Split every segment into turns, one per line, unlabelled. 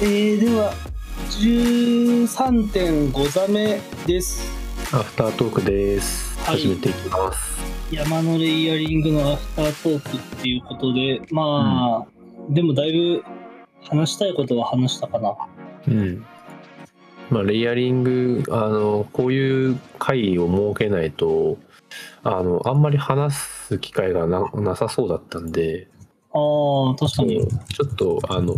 えー、では13.5座目です
アフタートークです、
はい
始めていきます
山のレイヤリングのアフタートークっていうことでまあ、でもだいぶ話したいことは話したかな
うんまあレイヤリングあのこういう会を設けないとあのあんまり話す機会がななさそうだったんで
あー確か
ち
に
ょっとあの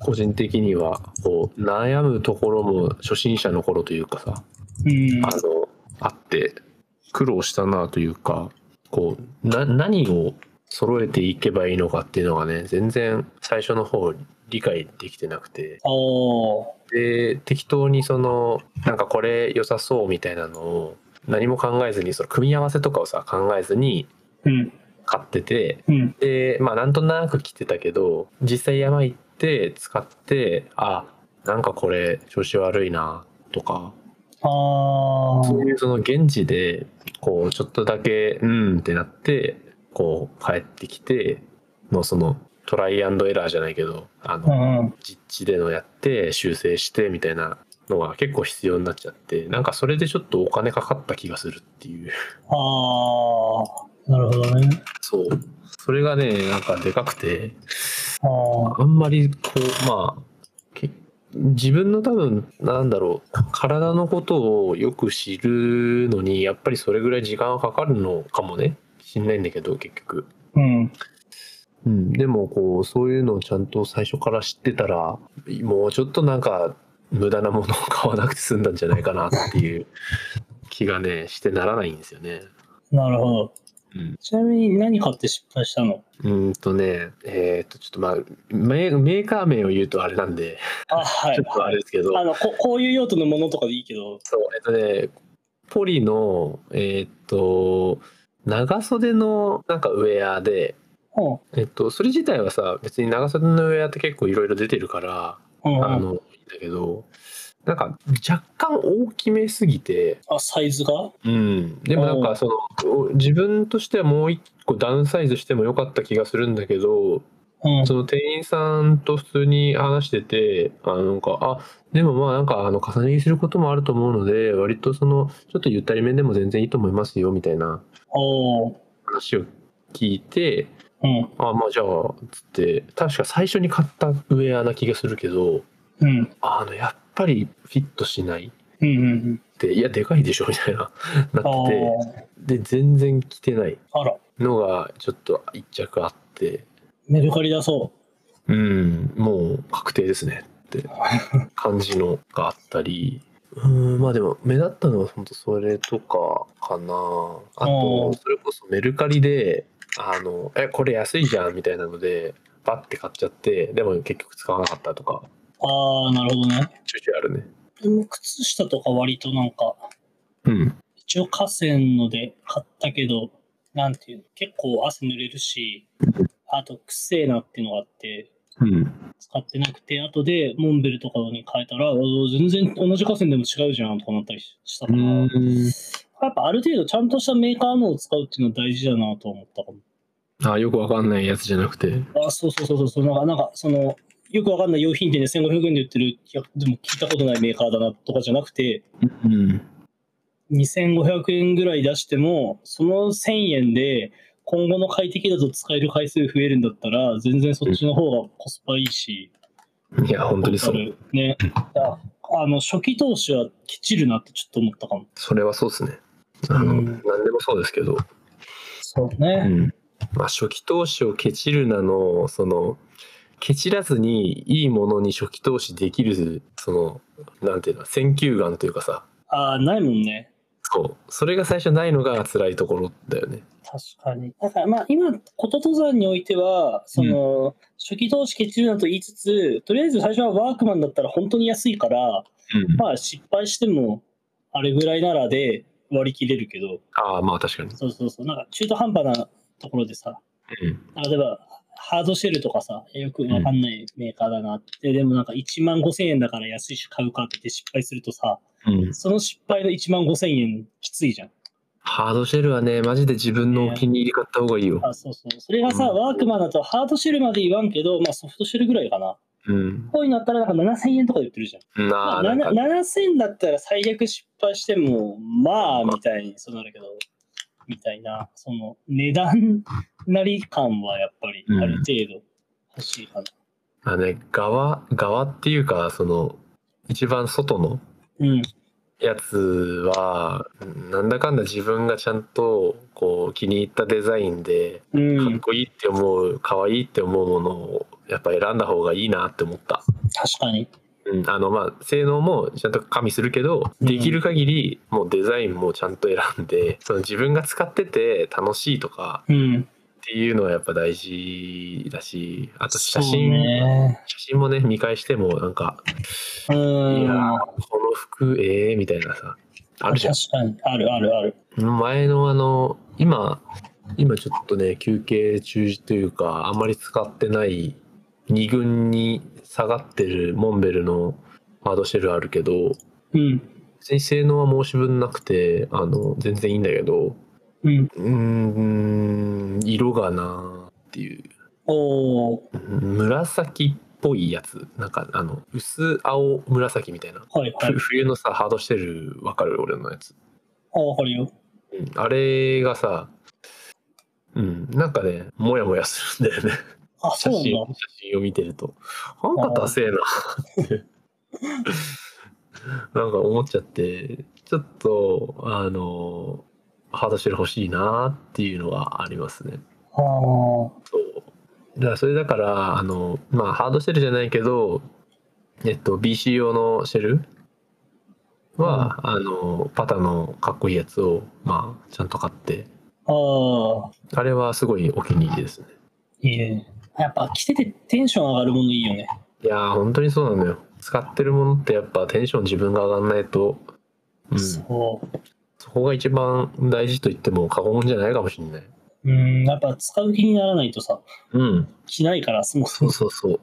個人的にはこう悩むところも初心者の頃というかさ
うん
あのあって苦労したなというかこうな何を揃えていけばいいのかっていうのがね全然最初の方理解できてなくて
あー
で適当にそのなんかこれ良さそうみたいなのを何も考えずにその組み合わせとかをさ考えずに
うん
買ってて
うん
でまあなんとなく来てたけど実際山行って使ってあなんかこれ調子悪いなとか
ああ
そういうその現地でこうちょっとだけうんってなってこう帰ってきてのそのトライアンドエラーじゃないけどあ
う
の
んうん
実地でのやって修正してみたいなのが結構必要になっちゃってなんかそれでちょっとお金かかった気がするっていう
ああなるほどね
そうそれがねなんかでかくて
ああ
あんまりこうまあけ自分の多分なんだろう体のことをよく知るのにやっぱりそれぐらい時間はかかるのかもねしんないんだけど結局、
うん
うん、でもこうそういうのをちゃんと最初から知ってたらもうちょっとなんか無駄なものを買わなくて済んだんじゃないかなって いう気がねしてならないんですよね。
なるほど
うん
ちなみに何買って失敗したの
うーんとねえっ、とちょっとまあメーメーカー名を言うとあれなんで
あは
ちょっとあれですけど
あのここういう用途のものとかでいいけど、
そう、えっとね、ポリの、えーっと、長袖のなんかウェアで、
うん
えっと、それ自体はさ、別に長袖のウェアって結構いろいろ出てるから、
うん
あの、いいんだけど、なんか若干大きめすぎて、
あサイズが
うん、でもなん
お
か
う
その、自分としてはもう一個ダウンサイズしてもよかった気がするんだけど、
うん
その店員さんと普通に話してて、あのなんか、あ、でもまあなんかあの重ね着することもあると思うので、割とその、ちょっとゆったりめでも全然いいと思いますよ、みたいな
おー
話を聞いて、
うん
あ、まあじゃあ、つって、確か最初に買ったウェアな気がするけど、
うん
あの、やっぱりフィットしない
うんうん
って、いや、でかいでしょ、みたい
あ
な、 なって
ー
て、で、全然着てない
あら
のが、ちょっと一着あって、
メルカリだそ
うん、もう確定ですねって感じのがあったり、うん、まあでも目立ったのは本当それとかかな。あ
おー、
とそれこそメルカリで、あの、え、これ安いじゃんみたいなので、バッて買っちゃって、でも結局使わなかったとか、
うああなるほどね
ちょいちょいあるね。
でも靴下とか割となんか
うん。
一応河川ので買ったけどなんていうの結構汗濡れるしあとくせえなっていうのがあって
うん。
使ってなくて後でモンベルとかに変えたらあ全然同じ河川でも違うじゃんとかなったりしたから、やっぱある程度ちゃんとしたメーカーのを使うっていうのは大事だなと思ったかも
あ、よくわかんないやつじゃなくて。
あ、そうそうそうそうそう、なんか、なんかその、よくわかんない用品店で1500円で売ってる、いや、でも聞いたことないメーカーだなとかじゃなくて、
うん。
2500円ぐらい出しても、その1000円で、今後の快適だと使える回数増えるんだったら、全然そっちの方がコスパいいし、
いや、本当にそう。
ね。ああの、初期投資はケチるなってちょっと思ったかも。
それはそうですね。あの、
うん
何でもそうですけど、
そうね。
まあ、初期投資をケチるなのそのケチらずにいいものに初期投資できるそのなんていうの選球眼というかさ
ああ、ないもんね。
そうそれが最初ないのが辛いところだよね。
確かに。だからまあ今、こと登山においては、その、初期投資ケチるなと言いつつ、とりあえず最初はワークマンだったら本当に安いから、まあ失敗しても、あれぐらいならで割り切れるけど、
ああまあ確かに。
そうそうそう、なんか中途半端なところでさ、
うん
例えば、ハードシェルとかさ、よくわかんないメーカーだなって、でもなんか1万5000円だから安いし買うかって言って失敗するとさ、
うん、
その失敗の1万5000円きついじゃん。
ハードシェルはねマジで自分のお気に入り買った方がいいよ。
あそうそう。それがさ、
うん
ワークマンだとハードシェルまで言わんけど、まあソフトシェルぐらいかな。
うん。
こういうのあったらなんか7000円とかで売ってるじゃん。
な
ま
あ、
あ、
なん
な
か、
7000だったら最悪失敗しても、まあ、みたいに、そうなるけど、みたいな、その、値段なり感はやっぱり、ある程度欲しいかな。
まあね、側、側っていうか、その、一番外の
うん。
やつは、なんだかんだ自分がちゃんと、こう、気に入ったデザインで、
う
か
ん
っ。こいいって思う、かわいいって思うものを、やっぱ選んだ方がいいなって思った。
確かに。
うん、あの、まあ、性能もちゃんと加味するけど、
うん
できる限り、もうデザインもちゃんと選んで、その自分が使ってて楽しいとか
うん。
っていうのはやっぱ大事だし、あと
そ
写
う
真、
ね。
写真もね、見返しても、なんか、
う
い
ん。
やー
確
この服ええみたいなさあるじゃ
かに。あるあるある。
ん前のあの今今ちょっとね休憩中というかあんまり使ってない2軍に下がってるモンベルのマドシェルあるけど
うん。
別に性能は申し分なくてあの全然いいんだけど
うん。
うーん色がなーっていう
おー。
うん紫っぽいやつなんかあの薄青紫みたいな
はいはい
ふ。冬のさハードシェルわかる俺のやつ
あわかるよ。
うんあれがさ、うん、なんかね、モヤモヤするんだよね。
あ、そ
写
うなん
真
だ。
写真を見てると。なんかダセえな って。なんか思っちゃって、ちょっと、あの、ハードシェル欲しいなっていうのはありますね。
あー。
そう。だからそれだから、あの、まあ、ハードシェルじゃないけど、えっと、BC 用のシェルは、あの、パタのかっこいいやつを、まあ、ちゃんと買って、
あー。
あれはすごいお気に入りですね。
いいね。やっぱ着ててテンション上がるものいいよね。
いやー、本当にそうなのよ。使ってるものってやっぱテンション自分が上がんないと、うん、そ
そう。
こが一番大事と言っても過言じゃないかもしれない。
うん、やっぱ使う気にならないとさ、
うん、
着ないから、そもそ
そう
も。
そうそう。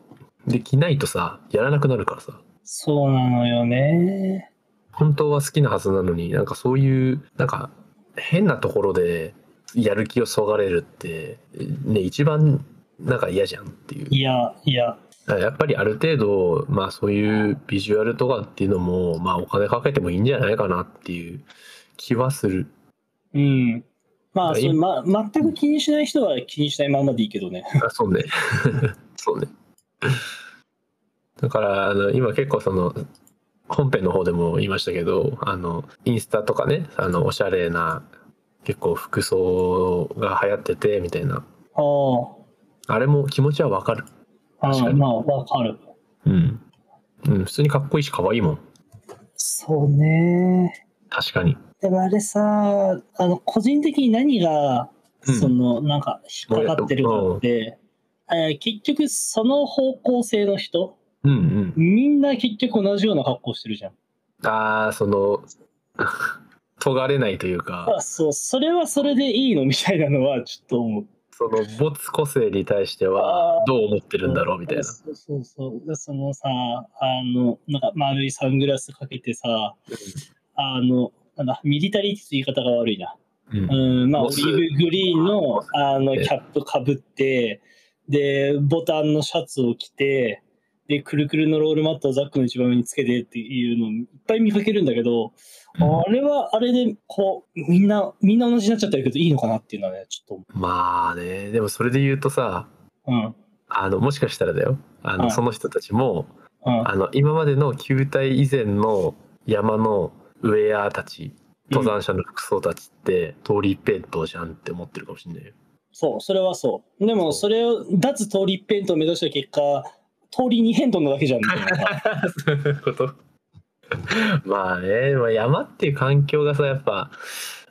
で、着ないとさ、やらなくなるからさ。
そうなのよね。
本当は好きなはずなのに、なんかそういう、なんか変なところでやる気をそがれるって、ね、一番なんか嫌じゃんっていう。
いや、いや、
だからやっぱりある程度、まあそういうビジュアルとかっていうのも、まあお金かけてもいいんじゃないかなっていう気はする。
うん。まあ、
はい
それま、全く気にしない人は気にしないままでいいけどね。
あそうね。 そうね。だから、あの、今結構その、本編の方でも言いましたけど、あの、インスタとかね、あの、おしゃれな、結構服装が流行ってて、みたいな。
あ
あれも気持ちはわかる。
あ、
確
あ
かに
まあ、わかる。
うん。うん、普通にかっこいいし、可愛いもん。
そうね。
確かに。
でもあれさ、あの、個人的に何が、
うん
その、なんか、引っかかってるかって、えー結局、その方向性の人、
うんうん。
みんな結局同じような格好してるじゃん。
ああその 尖れないというか
あそう、それはそれでいいのみたいなのは、ちょっと思う。
その没個性に対しては
あー
どう思ってるんだろうみたいな
そうそうそう。でそのさ、あの、なんか丸いサングラスかけてさ、あの、なんだ、ミリタリーって言い方が悪いな。
うん
うん、まあ、オ
ボス
リーブグリーンの
ボス、
あの、
ええ
キャップかぶって、で、ボタンのシャツを着て、で、くるくるのロールマットをザックの一番上につけてっていうのをいっぱい見かけるんだけど、
うん
あれはあれで、こう、みんな、みんな同じになっちゃってるけど、いいのかなっていうのはね、ちょっと
まあねでもそれで言うとさ
思う。
あのもしかしたらだよあの、
はい
その人たちも
うん。うん。
あの今までの球体以前の山のウェアたち登山者の服装たちって通り一辺倒じゃんって思ってるかもしれないよ。
そう、それはそう。でも、
そ
それを、脱通り一辺倒を目指した結果、通り二辺倒なだけじゃんみたいなさ。
そういうこと まあね、まあ、山っていう環境がさやっぱ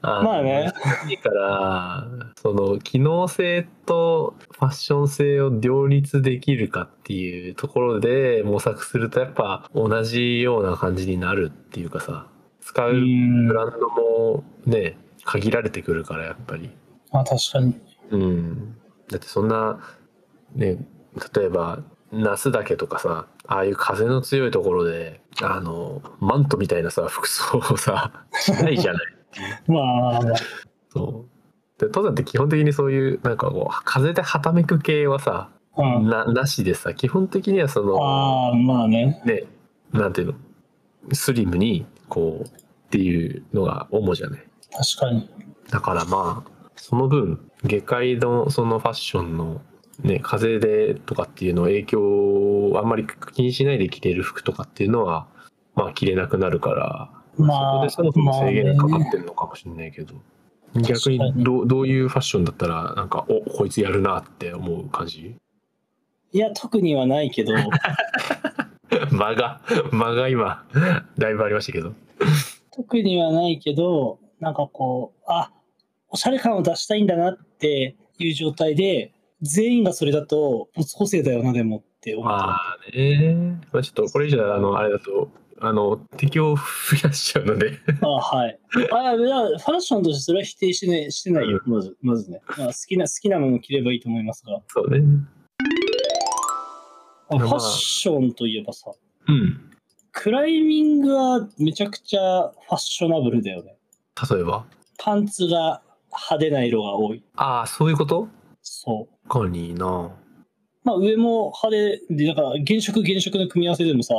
あの
まあね
難しいからその機能性とファッション性を両立できるかっていうところで模索するとやっぱ同じような感じになるっていうかさ使
う
ううんブ。ランドもね限られてくるからやっぱり。
あ、確かに。
うん、だってそんな、ね、例えば那須岳とかさああいう風の強いところであのマントみたいなさ服装をさしないじゃない。
まあまあまあ、
そうで登山って基本的にそういうなんかこう風ではためく系はさ
うん。
ななしでさ基本的にはその
ああ、まあね。
ねなんていうのスリムにこうっていうのが主じゃない
確かに。
だからまあその分下界のそのファッションのね風でとかっていうのを影響をあんまり気にしないで着れる服とかっていうのはまあ着れなくなるから
まあ、
そこでそ
ま
もそも
あ
制限がかかっ
ね、
てるのかもしれないけど、
確
逆
かに
にどうどういうファッションだったらなんかおこいつやるなって思う感じ
いや、特にはないけど、
間が間が今だいぶありましたけど
特にはないけど、なんかこう、あおしゃれ感を出したいんだなっていう状態で、全員がそれだと、没個性だよな、でもって思って
まあね、まあ、ちょっとこれ以上あのあれだとあの敵を増やしちゃうので
あはい。あいやファッションとしてそれは否定して,、ね、してないよ、まずまずね、まあ好きな。好きなものを着ればいいと思いますが、
そうね
あ
まあ
ファッションといえばさ、
うん
クライミングはめちゃくちゃファッショナブルだよね。
例えば
パンツが派手な色が多い。
ああそういうこと
そう。
かにな
まあ上も派手で、なんか原色原色の組み合わせでもさ、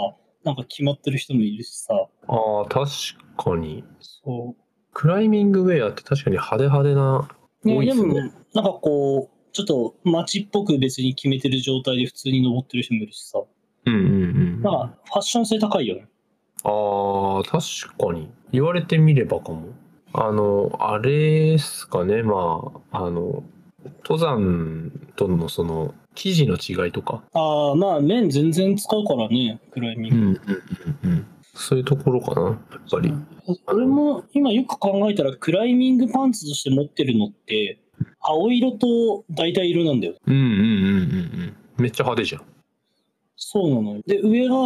なんか決まってる人もいるしさ、
あー確かに
そ
クライミングウェアって確かに派手派手な
う。ね
多いっ
ですも、
ね
なんかこう、ちょっと街っぽく別に決めてる状態で普通に登ってる人もいるしさ、
うんうんうん
なんかファッション性高いよね。
あー確かに言われてみればかもあのあれですかねまああの登山とのその生地の違いとか、
ああ、まあ面全然使うからね、クライミング。
んうん、そういうところかなやっぱり、
俺も今よく考えたら、クライミングパンツとして持ってるのって、青色と大体色なんだよ。
うんうんうんうんうんめっちゃ派手じゃん
そうなのよ。で、上が、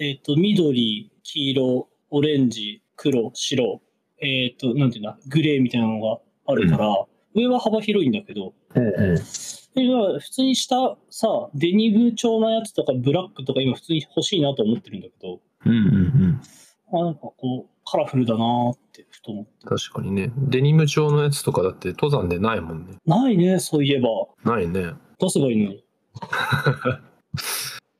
えっ、と、緑、黄色、オレンジ、黒、白、えっ、と、なんていうんだ、グレーみたいなのがあるから、上は幅広いんだけど、で普通に下、さ、デニム調なやつとか、ブラックとか今普通に欲しいなと思ってるんだけど、
うんうんうん
あなんかこう、カラフルだなーって、ふと思って。
確かにねデニム調のやつとかだって登山でないもんね
ないね、そういえば。
ないね
出せばいいのに。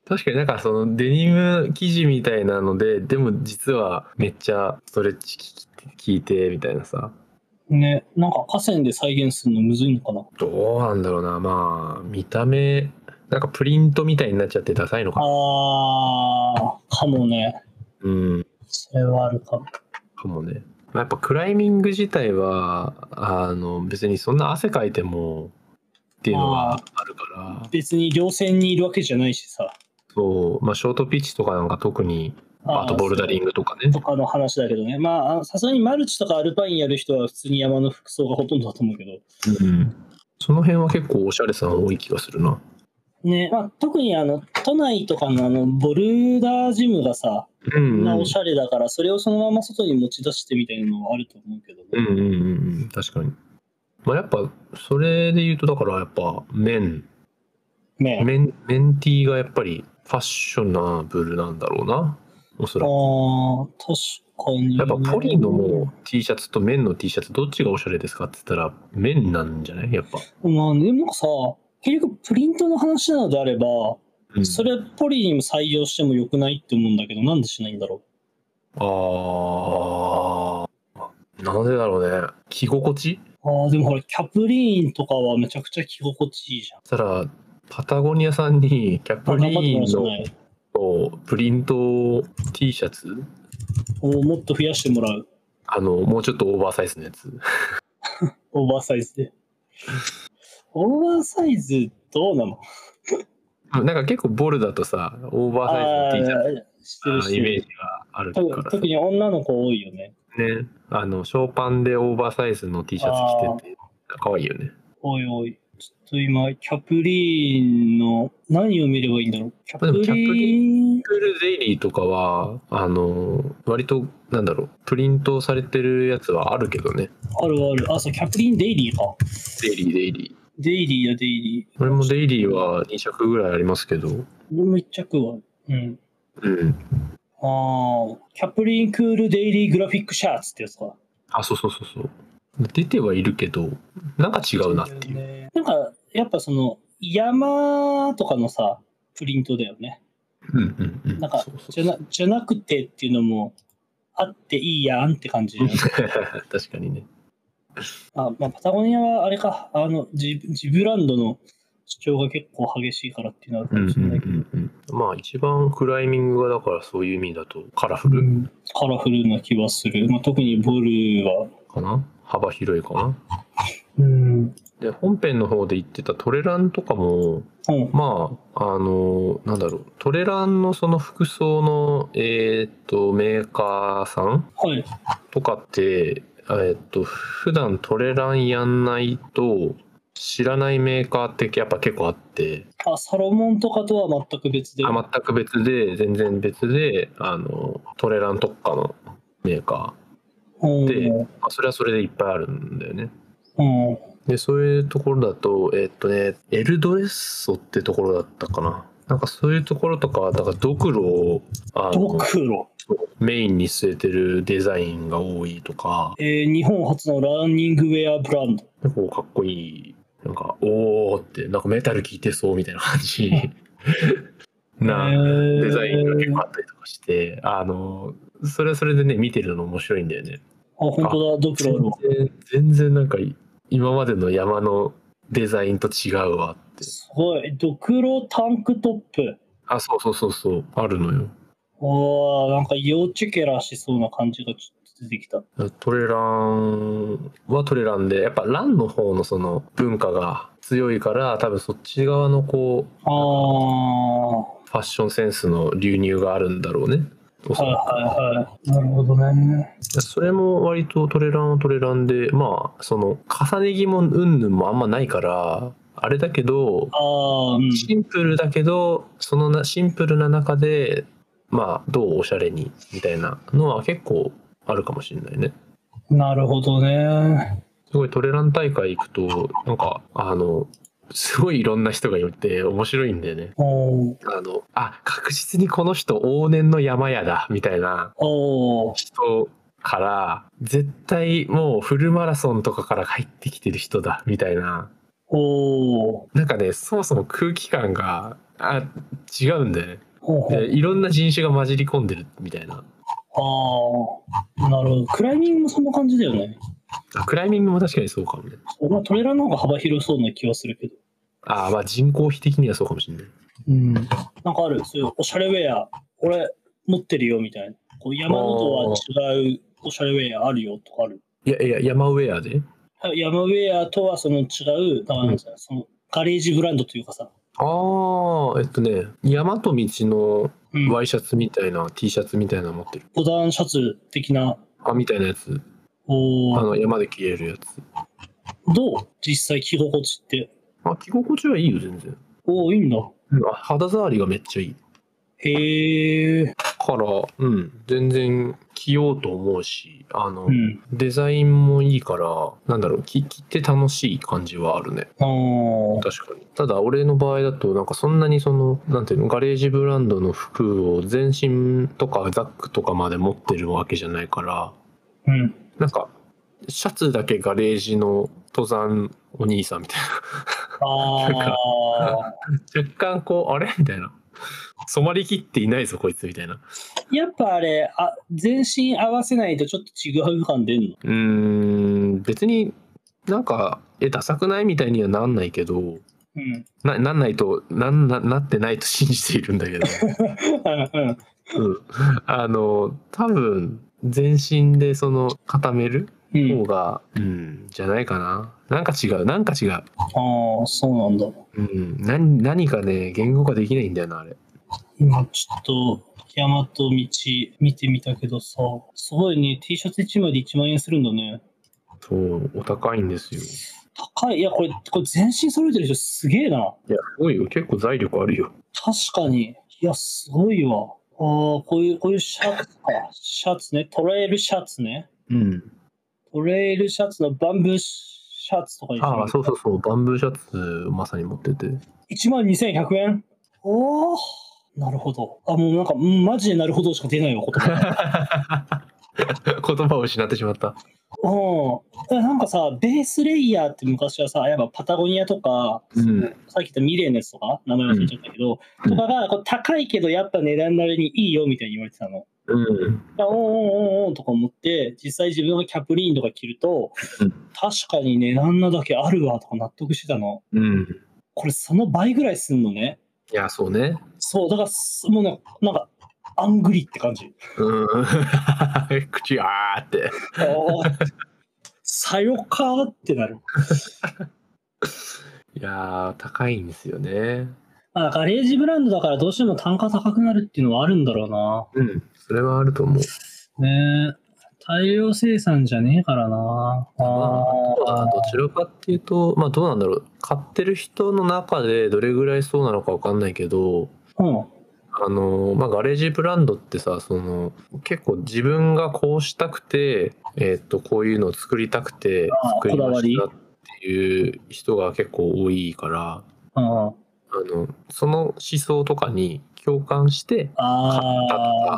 確かになんかそのデニム生地みたいなのででも実はめっちゃストレッチ効いてみたいなさ
ね、なんか河川で再現するのむずいのかな。
どうなんだろうなまあ見た目なんかプリントみたいになっちゃってダサいのかな
あー、かもね。
うん
それはあるかも。
かもねまあやっぱクライミング自体はあの別にそんな汗かいてもっていうのがあるから
別に稜線にいるわけじゃないしさ。
そうまあショートピッチとかなんか特に
ー
あとボルダリングとかね
とかの話だけどね。まああの、さすがにマルチとかアルパインやる人は普通に山の服装がほとんどだと思うけど。
うんその辺は結構おしゃれさん多い気がするな
ね、まあ、特にあの、都内とかのあの、ボルダージムがさ、
うんうん
まあおしゃれだから、それをそのまま外に持ち出してみたいなのはあると思うけどね。
うんうんうんうん確かに、まあ、やっぱそれで言うとだからやっぱ麺
ね
麺麺ティーがやっぱりファッショナブルなんだろうなおそ
あ
らく
ー、確かに。
やっぱポリのもう T シャツと麺の T シャツどっちがおしゃれですかって言ったら麺なんじゃないやっぱ、
まあでもさ、結局プリントの話なのであれば、
うん
それポリにも採用してもよくないって思うんだけど、なんでしないんだろ
あーなんでだろうね着心地
う。ああ、でもほら、キャプリーンとかはめちゃくちゃ着心地いいじゃん。
そしたらパタゴニアさんにキャプ
あ頑張って
リ
もらうしかな
ー
い
のプリント T シャツ
をもっと増やしてもらう。
あのもうちょっとオーバーサイズのやつ
オーバーサイズで。オーバーサイズどうなの
なんか結構ボルだとさ、オーバー
ああ
サイズの T シャツ
ー、してる
のイメ
し
ージがあるか
特
らさ
特に女の子多いよね。
ね、あの、ショーパンでオーバーサイズの T シャツ着てて、可愛いよね。
おいおい。ちょっと今、キャプリーンの、何を見ればいいんだろう。キャプ
でもキャプ
リーン。
クールゼリーとかは、あの、割と、なんだろう、プリントされてるやつはあるけどね。
あるある。あ、そう、キャプリンデイリーか。
デイリー、デイリー。
デイリーだ、デイリー。
俺もデイリーは2着ぐらいありますけど、
俺も一着は。うん。
うん。
ああ、キャプリンクールデイリーグラフィックシャーツってやつか。
あ、そうそうそうそう。出てはいるけど、なんか違うなっていう。
ねなんか、やっぱその、山とかのさ、プリントだよね。
うんうんうん。
なんか
そうそう
じゃなじゃなくてっていうのもあっていいやんって感じだよね。
確かにね。
あまあ、パタゴニアはあれか、あのジジブランドの主張が結構激しいからっていうのはあるかも
うんう
しれ
んう
ないけど、
んうん。まあ一番クライミングがだからそういう意味だとカラフル
カラフルな気はする。まあ、特にボルは。
かな幅広いかな
うん。
で本編の方で言ってたトレランとかも
うん。
まああのなんだろうトレランのその服装のえーっとメーカーさん
はい。
とかってえーっと普段トレランやんないと知らないメーカーってやっぱ結構あって
あ、サロモンとかとは全く別で。
あ全く別で全然別であのトレラン特化のメーカ
うん
ーで、まあ、それはそれでいっぱいあるんだよね
うん。
でそういうところだとえっとねエルドレッソってところだったかななんかそういうところとかはだからドクロをあ
ド
の
クロ。
メインに据えてるデザインが多いとか
えー日本初のランニングウェアブランド。
なんかこうかっこいいなんかおおってなんかメタル聴いてそうみたいな 感じなデ
デ
ザインが結構あったりとかして、あの、それはそれでね、見てるの面白いんだよね。
あ、本当だ、ドク
全
ロの。
然、全然なんかい、今までの山のデザインと違うわって。
すごい。ドクロタンクトップ。
あ、そうそうそうそう、あるのよ。
わあ、なんか幼稚ケらしそうな感じがちょっと出てきた。
トレランはトレランで、やっぱランの方のその文化が強いから、多分そっち側のこう、
ああ。
ファッションセンスの流入があるんだろうね。おそ
はい
らく
はいはい。なるほどね。
それも割とトレランはトレランでまあその重ね着もうんぬんもあんまないからあれだけど
ああ、うん。
シンプルだけどそのなシンプルな中でまあどうおしゃれにみたいなのは結構あるかもしれないね
なるほどね。
すごいトレラン大会行くとなんかあのすごいいろんな人がいて面白いんだよね
おー
あのあ確実にこの人往年の山屋だみたいな
おー
人から絶対もうフルマラソンとかから入ってきてる人だみたいな
おー
なんかねそもそも空気感があ違うんだよね
ほうほ
で
う
いろんな人種が混じり込んでるみたいな
ああ、なるほど。クライミングもそんな感じだよね。
あクライミングも確かにそうかもね
お前トレーラーの方が幅広そうな気はするけど。
あまあ人口比的にはそうかもしれない
うん。なんかある、そういうおしゃれウェア、俺持ってるよみたいな。こう山のとは違うおしゃれウェアあるよとかある。
いやいや山ウェアで
あ山ウェアとはその違う、だからなんかさそのガレージブランドというかさ。
ああえっとね山と道の
うん。
ワイシャツみたいな、T シャツみたいなの持ってる
ボダンシャツ的な。
あみたいなやつ
お
あ
ー
の山で着れるやつ
どう実際着心地って。
あ着心地はいいよ全然
おお、いいんだ。
あ肌触りがめっちゃいい
へえ。
から、うん、全然着ようと思うし、あの、
うん。
デザインもいいから、なんだろう、着着て楽しい感じはあるね。
あー
確かに。ただ、俺の場合だと、なんかそんなにその、なんていうの、ガレージブランドの服を全身とかザックとかまで持ってるわけじゃないから、
うん。
なんか、シャツだけガレージの登山お兄さんみたい
ああ。
な。若干こう、あれみたいな。染まりきっていないぞ、こいつみたいな。
やっぱあれあ、全身合わせないとちょっとちぐはぐ感出んの
うーん別になんかえダサくないみたいにはなんないけ
う
ど
ん。
ななんないとなんななってないと信じているんだけど、
うん。
うん、あの多分全身でその固める
うん
方。が、うん、じゃないかななんか違うなんか違う、
ああ、そうなんだ。
うん、何何かね言語化できないんだよなあれ
今ちょっと、山と道見てみたけどさ、すごいね、T シャツ1枚で1万円するんだね。
そうお高いんですよい
高い。いや、これ、これ全身揃えてる人すげえな。
やすごいよ結構財力あるよ
確かに。いや、すごいわ。ああ、こういう、こういうシャツか。シャツね。トレイルシャツね。
うん
トレイルシャツのバンブーシャツとかに
ああそうそうそうバンブーシャツまさに持ってて
1万2100円おおなるほど。あ、もうなんか、うんマジでなるほどしか出ないわ、言葉。
言葉を失ってしまった。
うん。なんかさ、ベースレイヤーって昔はさ、やっぱパタゴニアとか、
うん
さっき言ったミレーネスとか、名前忘れちゃったけど、
う
と
ん
かがこう高いけどやっぱ値段なりにいいよみたいに言われてたの。
うん。
いやおんおんおんおんとか思って、実際自分がキャプリーンとか着ると
うん、
確かに値段なだけあるわとか納得してたの。
うん。
これその倍ぐらいすんのね。
いや、そうね。
そう、だからす、もうなんか、なんかアングリって感 じ。
うん。口あーって。
あーさよかーってなる。
いやー、高いんですよね。
まあ、ガレージブランドだからどうしても単価高くなるっていうのはあるんだろうな。
うん。それはあると思う。
ねえ。大量生産じゃねえからな。
まあ、あと
あ
はどちらかっていうと、まあどうなんだろう。買ってる人の中でどれぐらいそうなのかわかんないけど、
ーうん。
あのまあ、ガレージブランドってさその結構自分がこうしたくて、えー、とこういうのを作りたくて
あー
作りまし
こだ
たっていう人が結構多いから
うん。
あのその思想とかに共感して買ったと
ああ。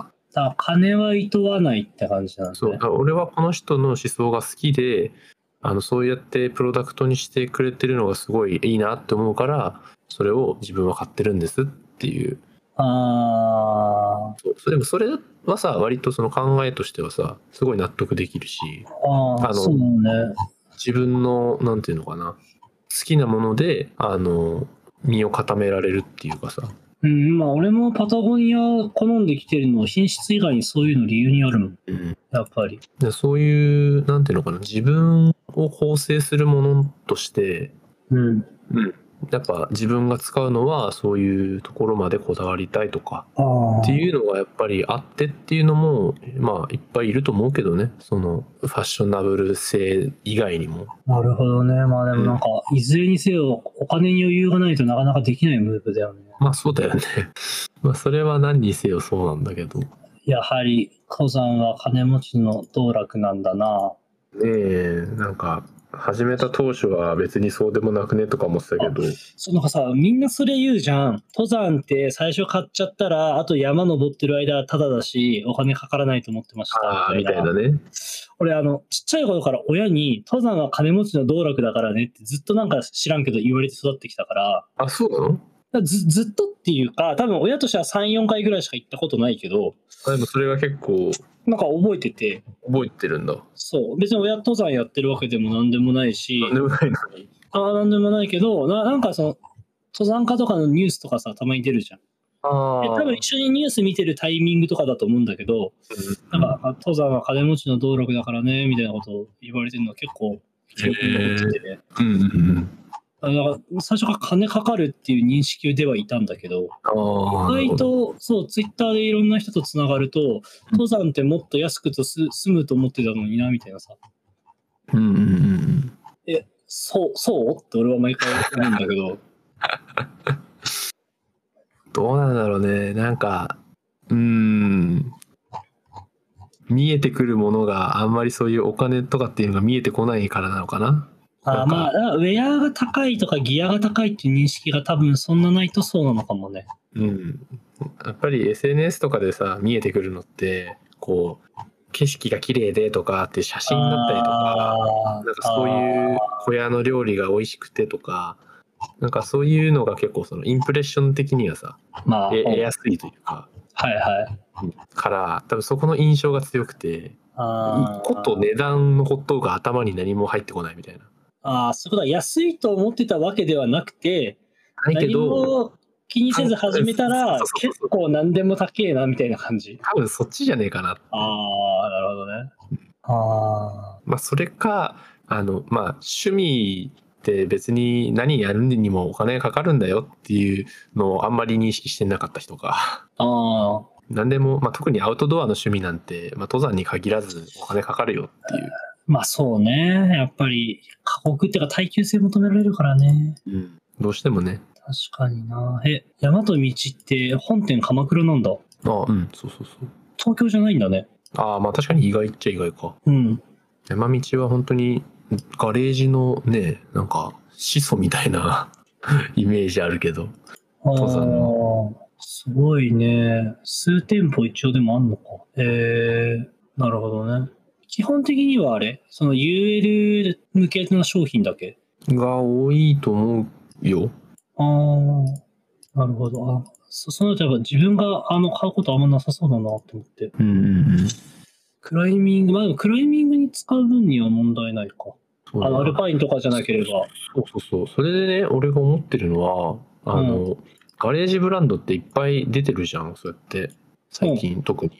か
だから金はいとわないって感じなんです
そう
ね
だ。から俺はこの人の思想が好きであのそうやってプロダクトにしてくれてるのがすごいいいなって思うからそれを自分は買ってるんですっていう
あ
そうでもそれはさ割とその考えとしてはさすごい納得できるし。
あ。あ
あ
あ。
の
そうね。
自分のなんていうのかな好きなものであの身を固められるっていうかさ
うん。まあ、俺もパタゴニア好んできてるのは品質以外にそういうの理由にあるもん。
うん
やっぱり。
でそういうなんていうのかな自分を構成するものとして
うん。
やっぱ自分が使うのはそういうところまでこだわりたいとか
ああ。
っていうのがやっぱりあってっていうのもまあいっぱいいると思うけどねそのファッショナブル性以外にも
なるほどね。まあでもなんか、いずれにせよ、お金に余裕がないとなかなかできないムーブだよね。
まあそうだよね まあそれは何にせよそうなんだけどね
やはり、登山は金持ちの道楽なんだな。
えなんか始めた当初は別にそうでもなくねとか思ってたけど
そうなんかさ、みんなそれ言うじゃん。登山って最初買っちゃったら、あと山登ってる間はタダだし、お金かからないと思ってました。
ああみたいなね
俺、あの、ちっちゃい頃から親に、登山は金持ちの道楽だからねってずっとなんか知らんけど言われて育ってきたから、だか
あそうなの
らずずっとっていうか、多分親としては3、4回ぐらいしか行ったことないけど、
あでもそれが結構
なんか覚えてて、
覚えてるんだ
そう、別に親登山やってるわけでもなんでもないし、
何でも ないのに
ああ、なんでもないけど、ななんかその、登山家とかのニュースとかさ、たまに出るじゃん。
あ
で多分一緒にニュース見てるタイミングとかだと思うんだけど、なんか、あ登山は金持ちの道楽だからね、みたいなことを言われてるのは結構、記憶に残ってて、
うんうんうん
あなんか最初から金かかるっていう認識ではいたんだけど、
ああ
意外と、そう、ツイッターでいろんな人とつながると、登山ってもっと安くとす済むと思ってたのにな、みたいなさ、
うんうんうん
そう、そうって俺は毎回思うんだけど、
どうなんだろうねなんかうーん見えてくるものがあんまりそういうお金とかっていうのが見えてこないからなのかな
あーまあ、だからウェアが高いとかギアが高いっていう認識が多分そんなないとそうなのかもね。
うん、やっぱり SNS とかでさ見えてくるのってこう景色が綺麗でとかって写真だったりとか
あー
なんかそういう小屋の料理が美味しくてとかなんかそういうのが結構そのインプレッション的にはさ
あーまあ、
え得
はい
やすいというか
はい。
から多分そこの印象が強くて
あー
こと値段のことが頭に何も入ってこないみたいな。
ああ、そういうことは安いと思ってたわけではなくて、
ないけ
何
ど
も気にせず始めたら
そう、そうそう
結
そう
構何でも高えなみたいな感じ。
多分そっちじゃねえかなって
ああ、なるほどね。あ
まあ、それかあの、まあ、趣味って別に何やるにもお金がかかるんだよっていうのをあんまり認識してなかった人か
あ。ああ。
何でも、まあ、特にアウトドアの趣味なんて、まあ、登山に限らずお金かかるよっていう。
まあそうね。やっぱり過酷っていうか耐久性求められるからね。
どうしてもね
確かにな。え、山と道って本店鎌倉なんだ。
あうんそうそうそう
東京じゃないんだね。
ああまあ確かに意外っちゃ意外か
うん。
山道は本当にガレージのねなんか始祖みたいな イメージあるけど
あ
登山
あ、すごいね。数店舗一応でもあんのか。えー、なるほどね。基本的にはあれ、その UL 向けの商品だけ。
が多いと思うよ。
ああ、なるほど。あそその例えば自分があの買うことあんまなさそうだなと思って。
うんうんうん。
クライミング、まあでもクライミングに使う分には問題ないか。
そうだ
あ
な
のアルパインとかじゃなければ。
そうそうそう。それでね、俺が思ってるのは、あの、ガレージブランドっていっぱい出てるじゃん、そうやって。最近特に。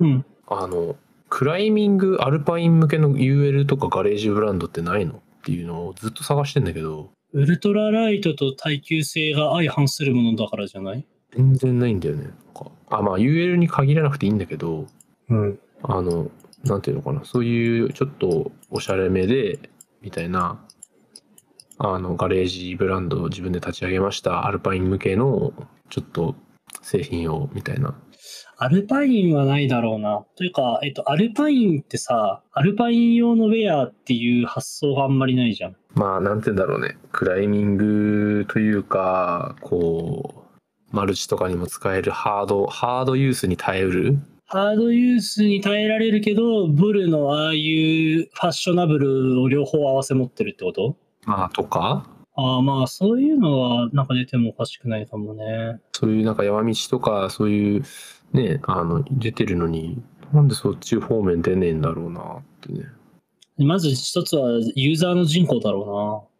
うん。
あの、クライミング、アルパイン向けの UL とかガレージブランドってないのっていうのをずっと探してんだけど、
ウルトラライトと耐久性が相反するものだからじゃない
全然ないんだよね。なんかあ、まあ UL に限らなくていいんだけど、
うん。
あの、なんていうのかな、そういうちょっとおしゃれめで、みたいな、あの、ガレージブランドを自分で立ち上げました、アルパイン向けの、ちょっと製品を、みたいな。
アルパインはないだろうな。というか、えっと、アルパインってさ、アルパイン用のウェアっていう発想があんまりないじゃん。
まあ、なんて言うんだろうね、クライミングというか、こう、マルチとかにも使えるハード、ハードユースに耐えうる。
ハードユースに耐えられるけど、ブルのああいうファッショナブルを両方合わせ持ってるってこと
まあ、とか、
ああまあ、そういうのはなんか出てもおかしくないかもね。
そういうなんか山道とか、そういう、ね、あの、出てるのに、なんでそっち方面出ねえんだろうな、ってね。
まず一つはユーザーの人口だろ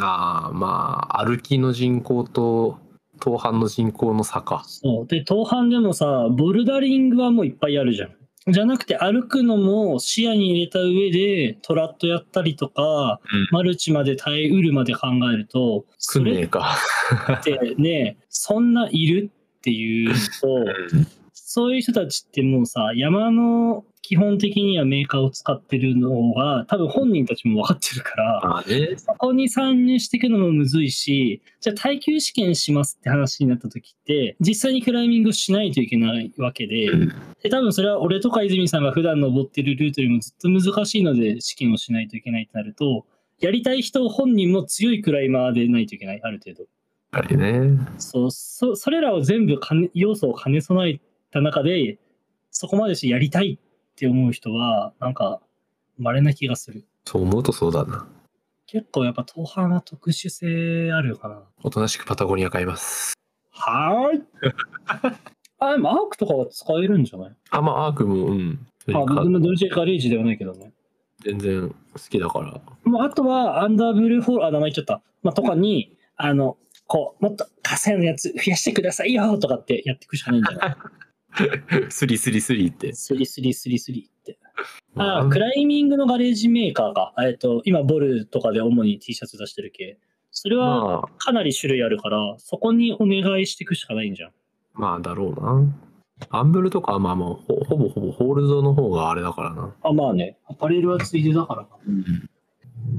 ああまあ歩きの人口と当半の人口の差か
うな。そう。で、当半でもさ、ボルダリングはもういっぱいあるじゃん。じゃなくて歩くのも視野に入れた上でトラットやったりとか、
うん
マルチまで耐えうるまで考えると、
す
そ
んね
れ
え
っ
か。
てね、そんないるっていうのと、そういう人たちってもうさ、山の基本的にはメーカーを使ってるのが、多分本人たちも分かってるから、
まあね。
そこに参入していくのもむずいし、じゃあ耐久試験しますって話になった時って、実際にクライミングをしないといけないわけで、で多分それは俺とか泉さんが普段登ってるルートよりもずっと難しいので試験をしないといけないってなると、やりたい人本人も強いクライマーでないといけない、ある程度。
あれね。
そうそそれらを全部兼ね要素を兼ね備えた中でそこまでしてやりたいって思う人はなんか稀な気がする
そう思うとそうだな。
結構やっぱ東版は特殊性あるかな
おとなしくパタゴニア買います。
はーい あでもアークとかは使えるんじゃない
あ、まあアークも、うん。それ
あ
にか
でもどれちかガレージではないけどね
全然好きだから。
もうあとはアンダーブルーフォールあ名前言っちゃった、まあ、とかにあのこうもっと火のやつ増やしてくださいよとかってやっていくしかないんじゃない
スリスリスリって。
スリスリスリスリってあ
ま
あ、クライミングのガレージメーカーか。えっと、今、ボルとかで主に T シャツ出してる系。それは
まあ、
かなり種類あるから、そこにお願いしていくしかないんじゃん。
まあだろうな。アンブルとかはまあまあほほぼほぼホールドの方があれだからな。
あ、まあね。アパレルはついでだからな。っ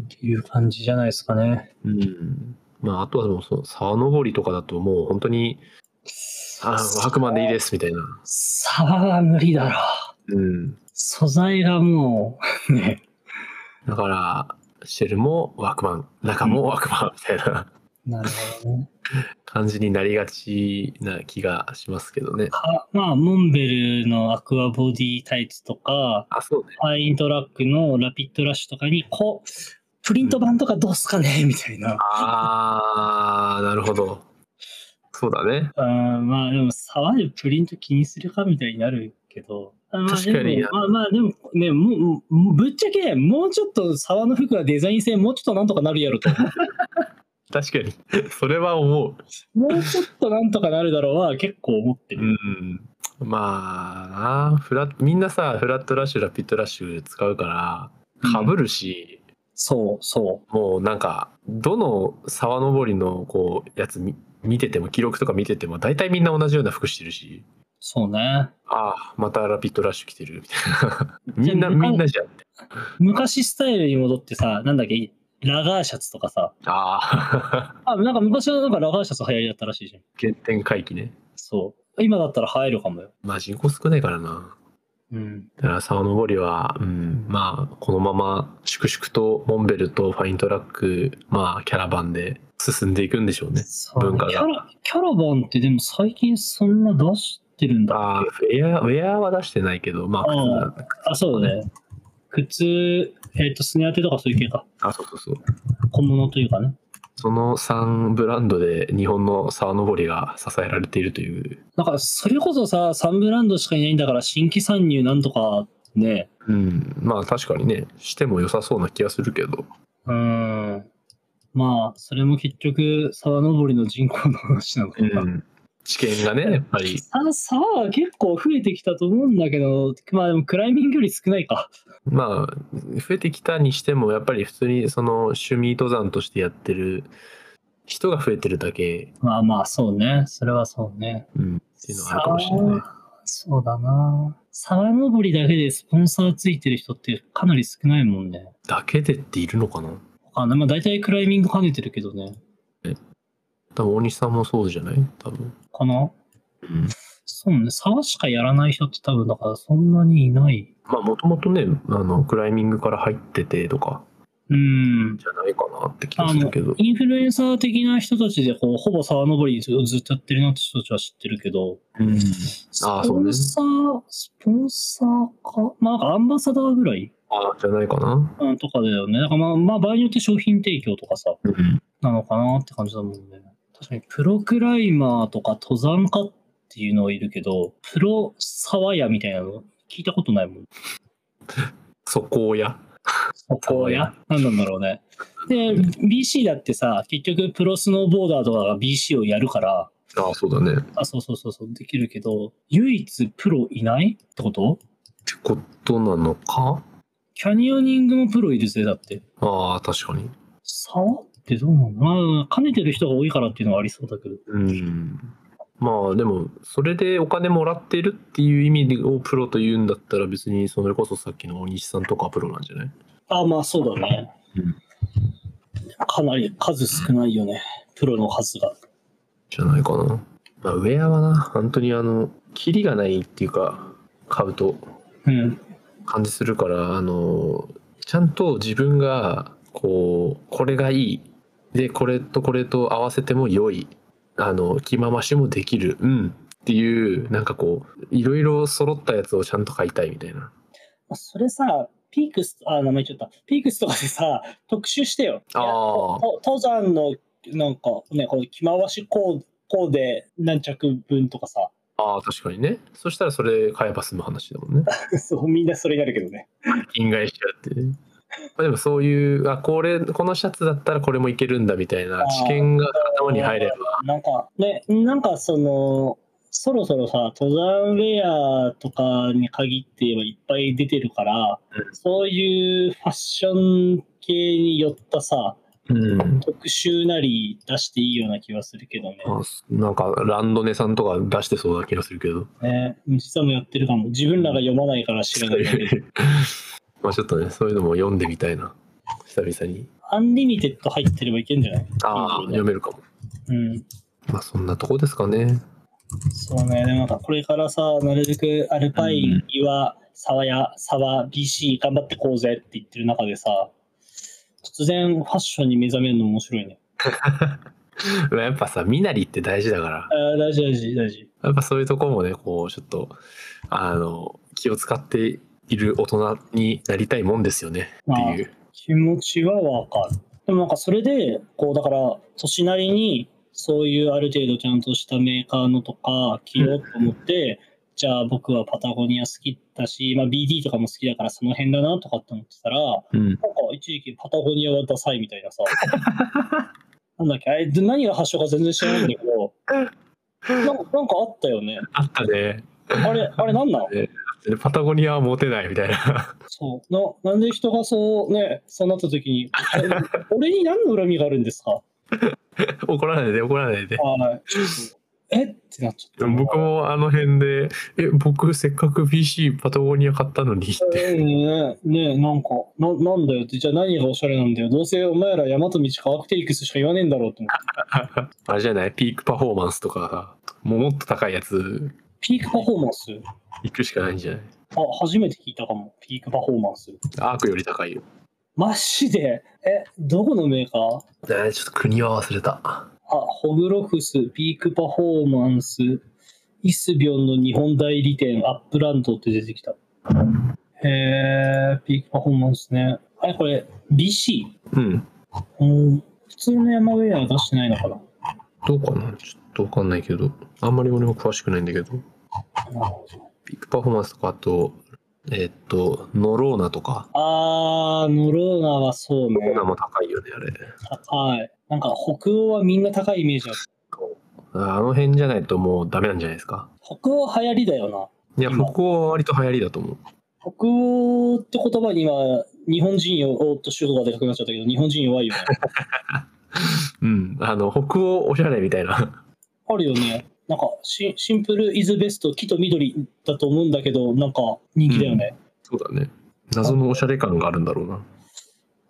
ていう感じじゃないですかね。
うん。まああとはでもその沢登りとかだともう本当に、あワークマンでいいですみたいな。
沢は無理だろう。
うん。
素材がもう、ね。
だから、シェルもワークマン、中もワークマンみたい な
なるほどね。
感じになりがちな気がしますけどね。
かまあ、モンベルのアクアボディタイツとか、
あ、そうね。
ファイントラックのラピッドラッシュとかに、こう、プリント版とかどうっすかねみ たいな。
あー、なるほど。そうだね。
あーまあでも沢でプリント気にするかみたいになるけど。あまあ
確かに
でもまあまあでもね、もうもうぶっちゃけもうちょっと沢の服はデザイン性もうちょっとなんとかなるや ろと。
確かに。それは思
もうちょっとなんとかなるだろうは結構思って
う。う
る。
ん。まあなフラみんなさ、フラットラッシュ、ラピットラッシュ使うから、かぶるし、
そうそう。
もうなんか、どの沢登りのこう、やつみ見てても、記録とか見てても、大体みんな同じような服してるし。
そうね。
ああ、またラピッドラッシュ来てるみたいな。み んな、
じゃあ
みんなじゃん。
昔スタイルに戻ってさ、なんだっけ、ラガーシャツとかさ。
ああ、
あ、なんか昔はなんかラガーシャツ流行りだったらしいじゃん。
原点回帰ね。
そう。今だったら入るかもよ。
まあ人口少ないからな。
うん。
だから沢登りは、うん、まあこのまま粛々とモンベルとファイントラック、まあキャラバンで進んでいくんでしょうね。
そう
文化が
キャラキャラバンってでも最近そんな出しってるんだ
ああ、ウェア、ウェアは出してないけど、まあ、靴だ
あそうだね。靴、えっ、と、スネ当てとかそういう系か。
あ、そうそうそう。
小物というかね。
その3ブランドで日本の沢登りが支えられているという。
なんか、それこそさ、3ブランドしかいないんだから、新規参入なんとかね。
うん、まあ確かにね、しても良さそうな気がするけど。
うーん。まあ、それも結局、沢登りの人口の話なのかな。
知見がね、やっぱり。
あ沢は結構増えてきたと思うんだけど、まあでもクライミングより少ないか。
まあ、増えてきたにしても、やっぱり普通にその趣味登山としてやってる人が増えてるだけ、
まあまあ、そうね。それはそうね。
うん、っていうのはあるかもしれない。
沢そうだな。沢登りだけでスポンサーついてる人ってかなり少ないもんね。
だけでっているのかな
あまあ大体クライミング兼ねてるけどね。
多分大西さんもそうじゃない多分。
かな
うん
そうね。沢しかやらない人って多分だからそんなにいない。
まあもともとね、あの、クライミングから入っててとか
うん。
じゃないかなって気がするけど。
インフルエンサー的な人たちでこうほぼ沢登りをずっとやってるなって人たちは知ってるけど、
うん
ス
ああ
ポンサー、スポンサーか、まあなんかアンバサダーぐらい
あじゃないかな。
うんとかだよね。だからまあ、まあ、場合によって商品提供とかさ、
うん。
なのかなって感じだもんね。確かに、プロクライマーとか登山家っていうのはいるけど、プロ沢屋みたいなの聞いたことないもん。
そこや。
そこや何なんだろうね。で、BC だってさ、結局プロスノーボーダーとかが BC をやるから、
ああ、そうだね。っ
あ、そうそうそうそう、できるけど、唯一プロいないってこと
てことなのか
キャニオニングもプロいるぜ、だって。
ああ、確かに。
沢ってどうなのまあ、兼ねてる人が多いからっていうのはありそうだけど。
うん。まあでも、それでお金もらってるっていう意味をプロと言うんだったら別にそれこそさっきの大西さんとかはプロなんじゃない
あ、まあそうだね。
うん
かなり数少ないよね。プロの数が。
じゃないかな。まあ、ウェアはな、本当にあの、キリがないっていうか、買うと
うん。
感じするから、あの、ちゃんと自分が、こう、これがいい。で、これとこれと合わせても良い。あの、着回しもできる。うん。っていう、なんかこう、いろいろ揃ったやつをちゃんと買いたいみたいな。
それさ、ピークス、あ、名前言っちゃった。ピークスとかでさ、特集してよ。
ああ
いやと登山の、なんかね、この着回しコーコーデ何着分とかさ、
ああ、確かにね。そしたらそれ買えば済む話だもんね。
そうみんなそれになるけどね。
金買いしちゃうっていうね。まあでもそういう、あ、これ、このシャツだったらこれもいけるんだみたいな
あー
知見が頭に入れば。
なんか、ね、なんかその、そろそろさ、登山ウェアとかに限って言えばいっぱい出てるから、
う
そういうファッション系によったさ、
うん。
特集なり出していいような気はするけどね。
あすなんかランドネさんとか出してそうな気がするけど。
ね実はもうやってるかも。自分らが読まないから知らないだけ。
まあちょっとね、そういうのも読んでみたいな。久々に。
アンリミテッド入ってればいけんじゃない
ああ、読めるかも。
うん。
まあそんなとこですかね。
そうね、でもなんかこれからさ、なるべくアルパイ
う
ン
ん、
岩、沢屋、沢、BC 頑張ってこうぜって言ってる中でさ、突然ファッションに目覚めるの面白いね。
まあやっぱさ、身なりって大事だから
あ。ー大事大事大事。
やっぱそういうとこもね、こう、ちょっと、あの、気を使っている大人になりたいもんですよね、
ま
っ
あ
ていう。
気持ちはわかる。でもなんかそれで、こうだから、年なりに、そういうある程度ちゃんとしたメーカーのとか着ようと思って、じゃあ僕はパタゴニア好きだし、まあ、BD とかも好きだからその辺だなとかって思ってたら、
うん。
なんか一時期パタゴニアはダサいみたいなさ。 なんだっけあれ、で何が発祥か全然知らないんだけど、なんかなんかあったよね。
あったね。
あれ、あれなんなの
でパタゴニアはモテないみ たいな。
そうな。なんで人がそうね、そうなった時に、 あれ俺に何の恨みがあるんですか
怒らないで、怒らないで。
はい。えってなっちゃった。
僕もあの辺で、え、僕せっかく BC パタゴニア買ったのにって。
ねえ、ねえ、なんか、ななんだよって、じゃあ何がおしゃれなんだよ。どうせお前ら大和道かアクテリクスしか言わねえんだろうと思って。
あれじゃないピークパフォーマンスとかさ、もうもっと高いやつ
ピークパフォーマンス
行くしかないんじゃない
あ、初めて聞いたかも。ピークパフォーマンス。
アークより高いよ。
マジでえ、どこのメーカー
えーちょっと国は忘れた。
あ、ホグロフス、ピークパフォーマンス、イスビョンの日本代理店、アップランドって出てきた。へー、ピークパフォーマンスね。あれ、これ、BC?
うん。
うん、普通の山ウェアは出してないのかな
どうかなちょっとわかんないけど。あんまり俺も詳しくないんだけど。
なるほど。
ビッグパフォーマンスとか、あと、えーっと、ノローナとか。
あー、ノローナはそうね
ノ。ローナも高いよね、あれ。
高い。なんか北欧はみんな高いイメージある。
ああの辺じゃないともうダメなんじゃないですか。
北欧流行りだよな。
いや、
今
北欧は割と流行りだと思う。
北欧って言葉に今、日本人よ、おーっと、主語がでかくなっちゃったけど、日本人弱いよね。
うん。あの、北欧おしゃれみたいな。
あるよね。なんかシン、シンプルイズベスト、木と緑だと思うんだけど、なんか人気だよね。
そうだね。謎のおしゃれ感があるんだろうな。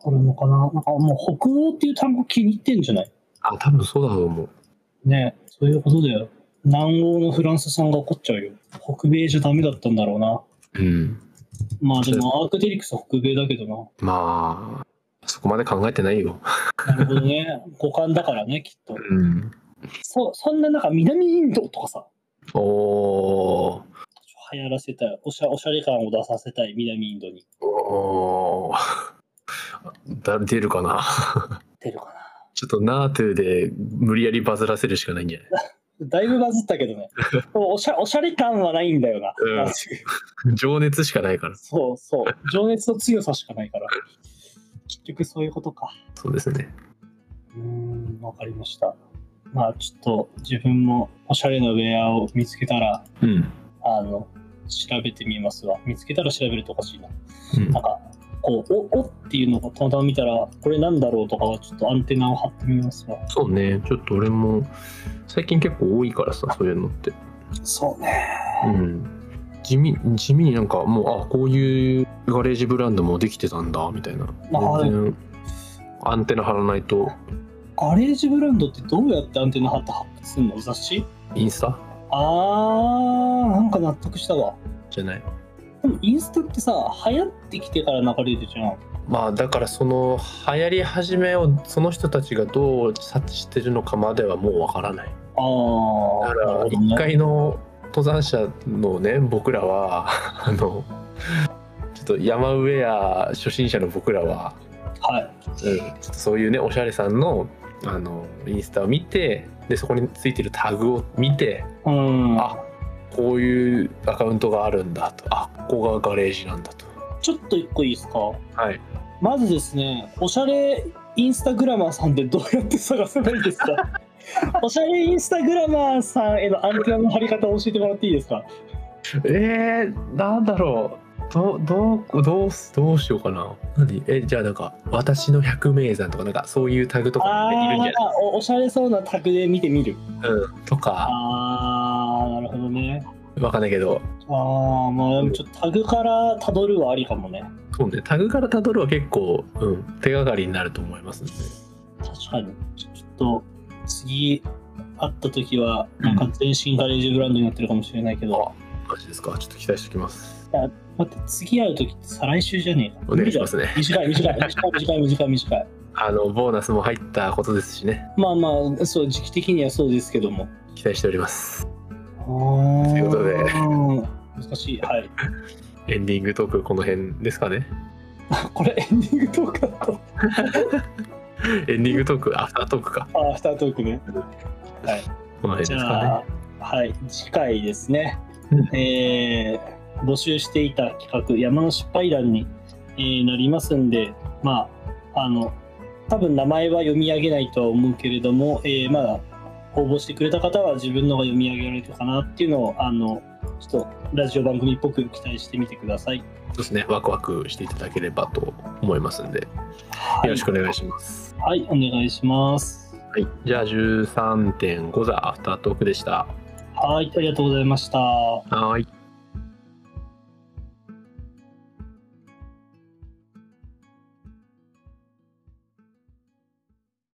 あるのかななんかもう北欧っていう単語気に入ってんじゃない
あ、多分そうだと思う。
ねえそういうことだよ。南欧のフランスさんが怒っちゃうよ。北米じゃダメだったんだろうな。
うん。
まあでも、アークテリクスは北米だけどな。
まあ、そこまで考えてないよ。
なるほど ね。五感だからね、きっと。
うん。
そそんななんか南インドとかさ、
おお
流行らせたい、おしゃおしゃれ感を出させたい、南インドに。
ー。おーだ出るかな
出るかな。
ちょっとナートゥで無理やりバズらせるしかないんじゃない
だいぶバズったけど ね。おしゃおしゃれ感はないんだよな。
うん
なんか
情熱しかない から。
そうそう。情熱の強さしかないから。結局そういうことか。
そうですね。
うーん、わかりました。まあちょっと自分もおしゃれなウェアを見つけたら、
うん。
あの、調べてみますわ。見つけたら調べるとおかしいな。
うん
なんか、こう、お、おっていうのがたまたま見たら、これなんだろうとかはちょっとアンテナを張ってみますわ。
そうね。ちょっと俺も、最近結構多いからさ、そういうのって。
そうね。
うん。地味、地味になんかもう、あ、こういうガレージブランドもできてたんだ、みたいな。
あ
全然アンテナ張らないと、
ガレージブランドってどうやってアンテナ張って発掘するの雑誌
インスタ
あー、なんか納得したわ。
じゃない。
でもインスタってさ、流行ってきてから流れるじゃん。
まあだからその流行り始めをその人たちがどう察知してるのかまではもうわからない
あー
だか、
な
ら
るほど
一
ね。
回の登山者のね僕らは あのちょっと山ウェア初心者の僕らは、
はい。
うん、ちょっとそういうねおしゃれさんのあのインスタを見てでそこについてるタグを見て
うん。
あこういうアカウントがあるんだとあここがガレージなんだと
ちょっと一個いいですか
はい
まずですね、おしゃれインスタグラマーさんってどうやって探せばいいですか おしゃれインスタグラマーさんへのアンテナの張り方を教えてもらっていいですか
えー、なんだろう。どうどうどうどうしようかな。何えじゃあなんか私の百名山とかなんかそういうタグとか
あ
ねいるんじゃ
あお、おしゃれそうなタグで見てみる。
ない。うん。とか
ああ、なるほどね。
わかんないけど、
ああ、まあ、ちょっとタグからたどるはありかもね。
そうねタグからたどるは結構うん手がかりになると思いますんで。
確かに。ちょちょっと、次会った時は、なんか全身ガレージブランドになってるかもしれないけど、
マジですか。ちょっと期待しておきます。
待って、次会う時って再来週じゃねえか。。
お願いしますすね。
短い、短い、短い、短い、短い、短い。
あのボーナスも入ったことですしね。
まあまあそう時期的にはそうですけども。
期待しております。
と
ということで
難しいはい。
エンディングトークこの辺ですかね。
これエンディングトークだった。
エンディングトークアフタートークか。
あアフタートークね。はい。
この辺
じ
です
ゃ
か
あはい次回ですね。
う
えー募集していた企画山の失敗談に、えーなりますんでまああの多分名前は読み上げないとは思うけれども、えーまだ応募してくれた方は自分のが読み上げられるかなっていうのをあのちょっとラジオ番組っぽく期待してみてください。
ね。そうですね。ワクワクしていただければと思いますんで。
は
よろしくお願いします。
はい、お願いします。
はい、じゃあ13.5座アフタートークでした。
はい、ありがとうございました。
はーい。